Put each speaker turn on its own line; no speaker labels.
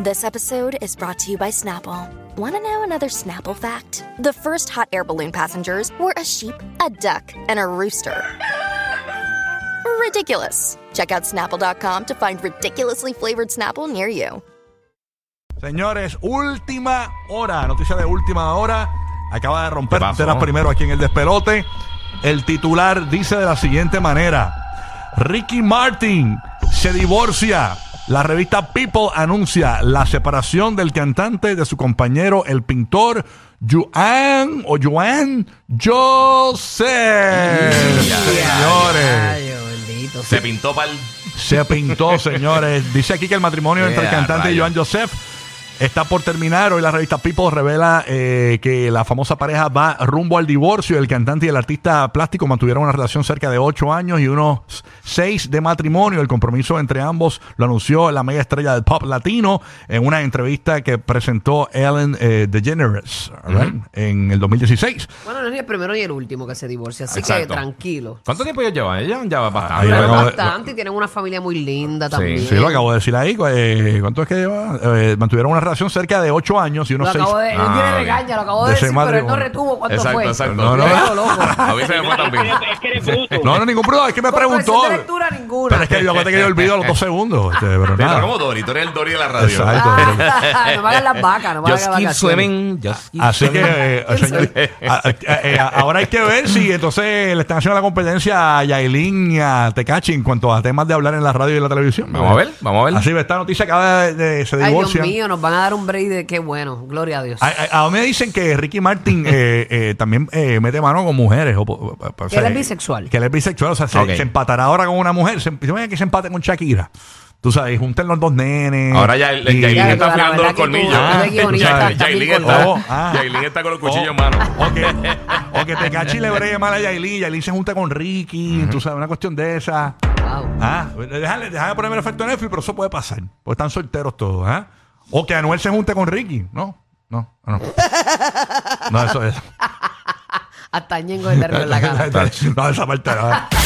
This episode is brought to you by Snapple. Want to know another Snapple fact? The first hot air balloon passengers were a sheep, a duck, and a rooster. Ridiculous. Check out snapple.com to find ridiculously flavored Snapple near you.
Señores, última hora, noticia de última hora. Acaba de romper
¿Qué pasó?
teras primero aquí en el despelote. El titular dice de la siguiente manera: Ricky Martin se divorcia. La revista People anuncia la separación del cantante de su compañero, el pintor Joan o Joan Joseph. Señores,
Ay, bendito.
Se pintó para el.
se pintó, señores. Dice aquí que el matrimonio entre el
Ea,
cantante y
rayos.
Joan Joseph está por terminar. Hoy la revista People revela eh, que la famosa pareja va rumbo al divorcio. El cantante y el artista plástico mantuvieron una relación cerca de ocho años y unos seis de matrimonio. El compromiso entre ambos lo anunció la mega estrella del pop latino en una entrevista que presentó Ellen eh, DeGeneres all right, en el 2016.
Bueno, no es ni el primero ni el último que se divorcia, así
Exacto.
que tranquilo.
¿Cuánto tiempo ellos llevan? Ellos ya va
Ahí
bastante.
va.
Pero
acabo de-
bastante y tienen una familia muy linda
Sí,
también.
Sí, lo acabo de decir ahí. eh, ¿Cuánto es que lleva? Eh, mantuvieron una relación cerca de ocho años y
Lo
unos seis.
acabo de, él
Ah,
tiene
ok.
regaña, lo acabo de,
De ese
decir, pero él no
matrimonio.
retuvo cuánto
Exacto,
fue.
exacto.
No, no.
Lo loco.
A mí se me fue también.
Es que eres bruto.
No, no, ningún problema. Es que me preguntó.
Corrección de lectura ninguna.
Pero es que yo acuérdate que yo olvido a los dos segundos. este, pero
Te
nada.
como Dory, tú eres el Dory de la radio.
Exacto.
Ah, no me hagan las vacas, no me hagan
Just
las
keep
vacas.
swimming. Just keep
Así que,
swimming.
eh, señor, a- a- eh, ahora hay que ver si entonces le están haciendo la competencia a Yailin y a Tecachi en cuanto a temas de hablar en la radio y la televisión.
Vamos a ver, vamos a ver.
Así que esta noticia acaba de, de- se
Ay, Dios
divorcia.
mío, nos van a dar un break de qué bueno. Gloria a Dios.
A, a- a mí me dicen que Ricky Martin eh, eh, también eh, mete mano con mujeres. o po- o- o- o sea,
él es bisexual.
Que él es bisexual. O sea, se,
Ok.
se empatará ahora con una mujer. Se, yo me que se empate con Shakira. Tú sabes, y junten los dos nenes.
Ahora ya el- el
Y-
Yailin
Ya,
está
la
afilando
verdad
los
que tú-
colmillos.
tú eres guionista,
Ya,
estás
Yailin
bien
está-
cortado. Ah.
Yailin está con los cuchillos
Oh,
en mano.
O que, o que te cachi le bree mal a Yailin. Yailin se junta con Ricky. Tú sabes, una cuestión de esa.
Wow.
Ah, déjale, déjale ponerme el efecto Netflix, pero eso puede pasar. Porque están solteros todos, ¿ah? O que Anuel se junte con Ricky. No, no, no. No, eso es.
Hasta Ñengo el nervio en la cara.
no, ¿eh? esa parte no.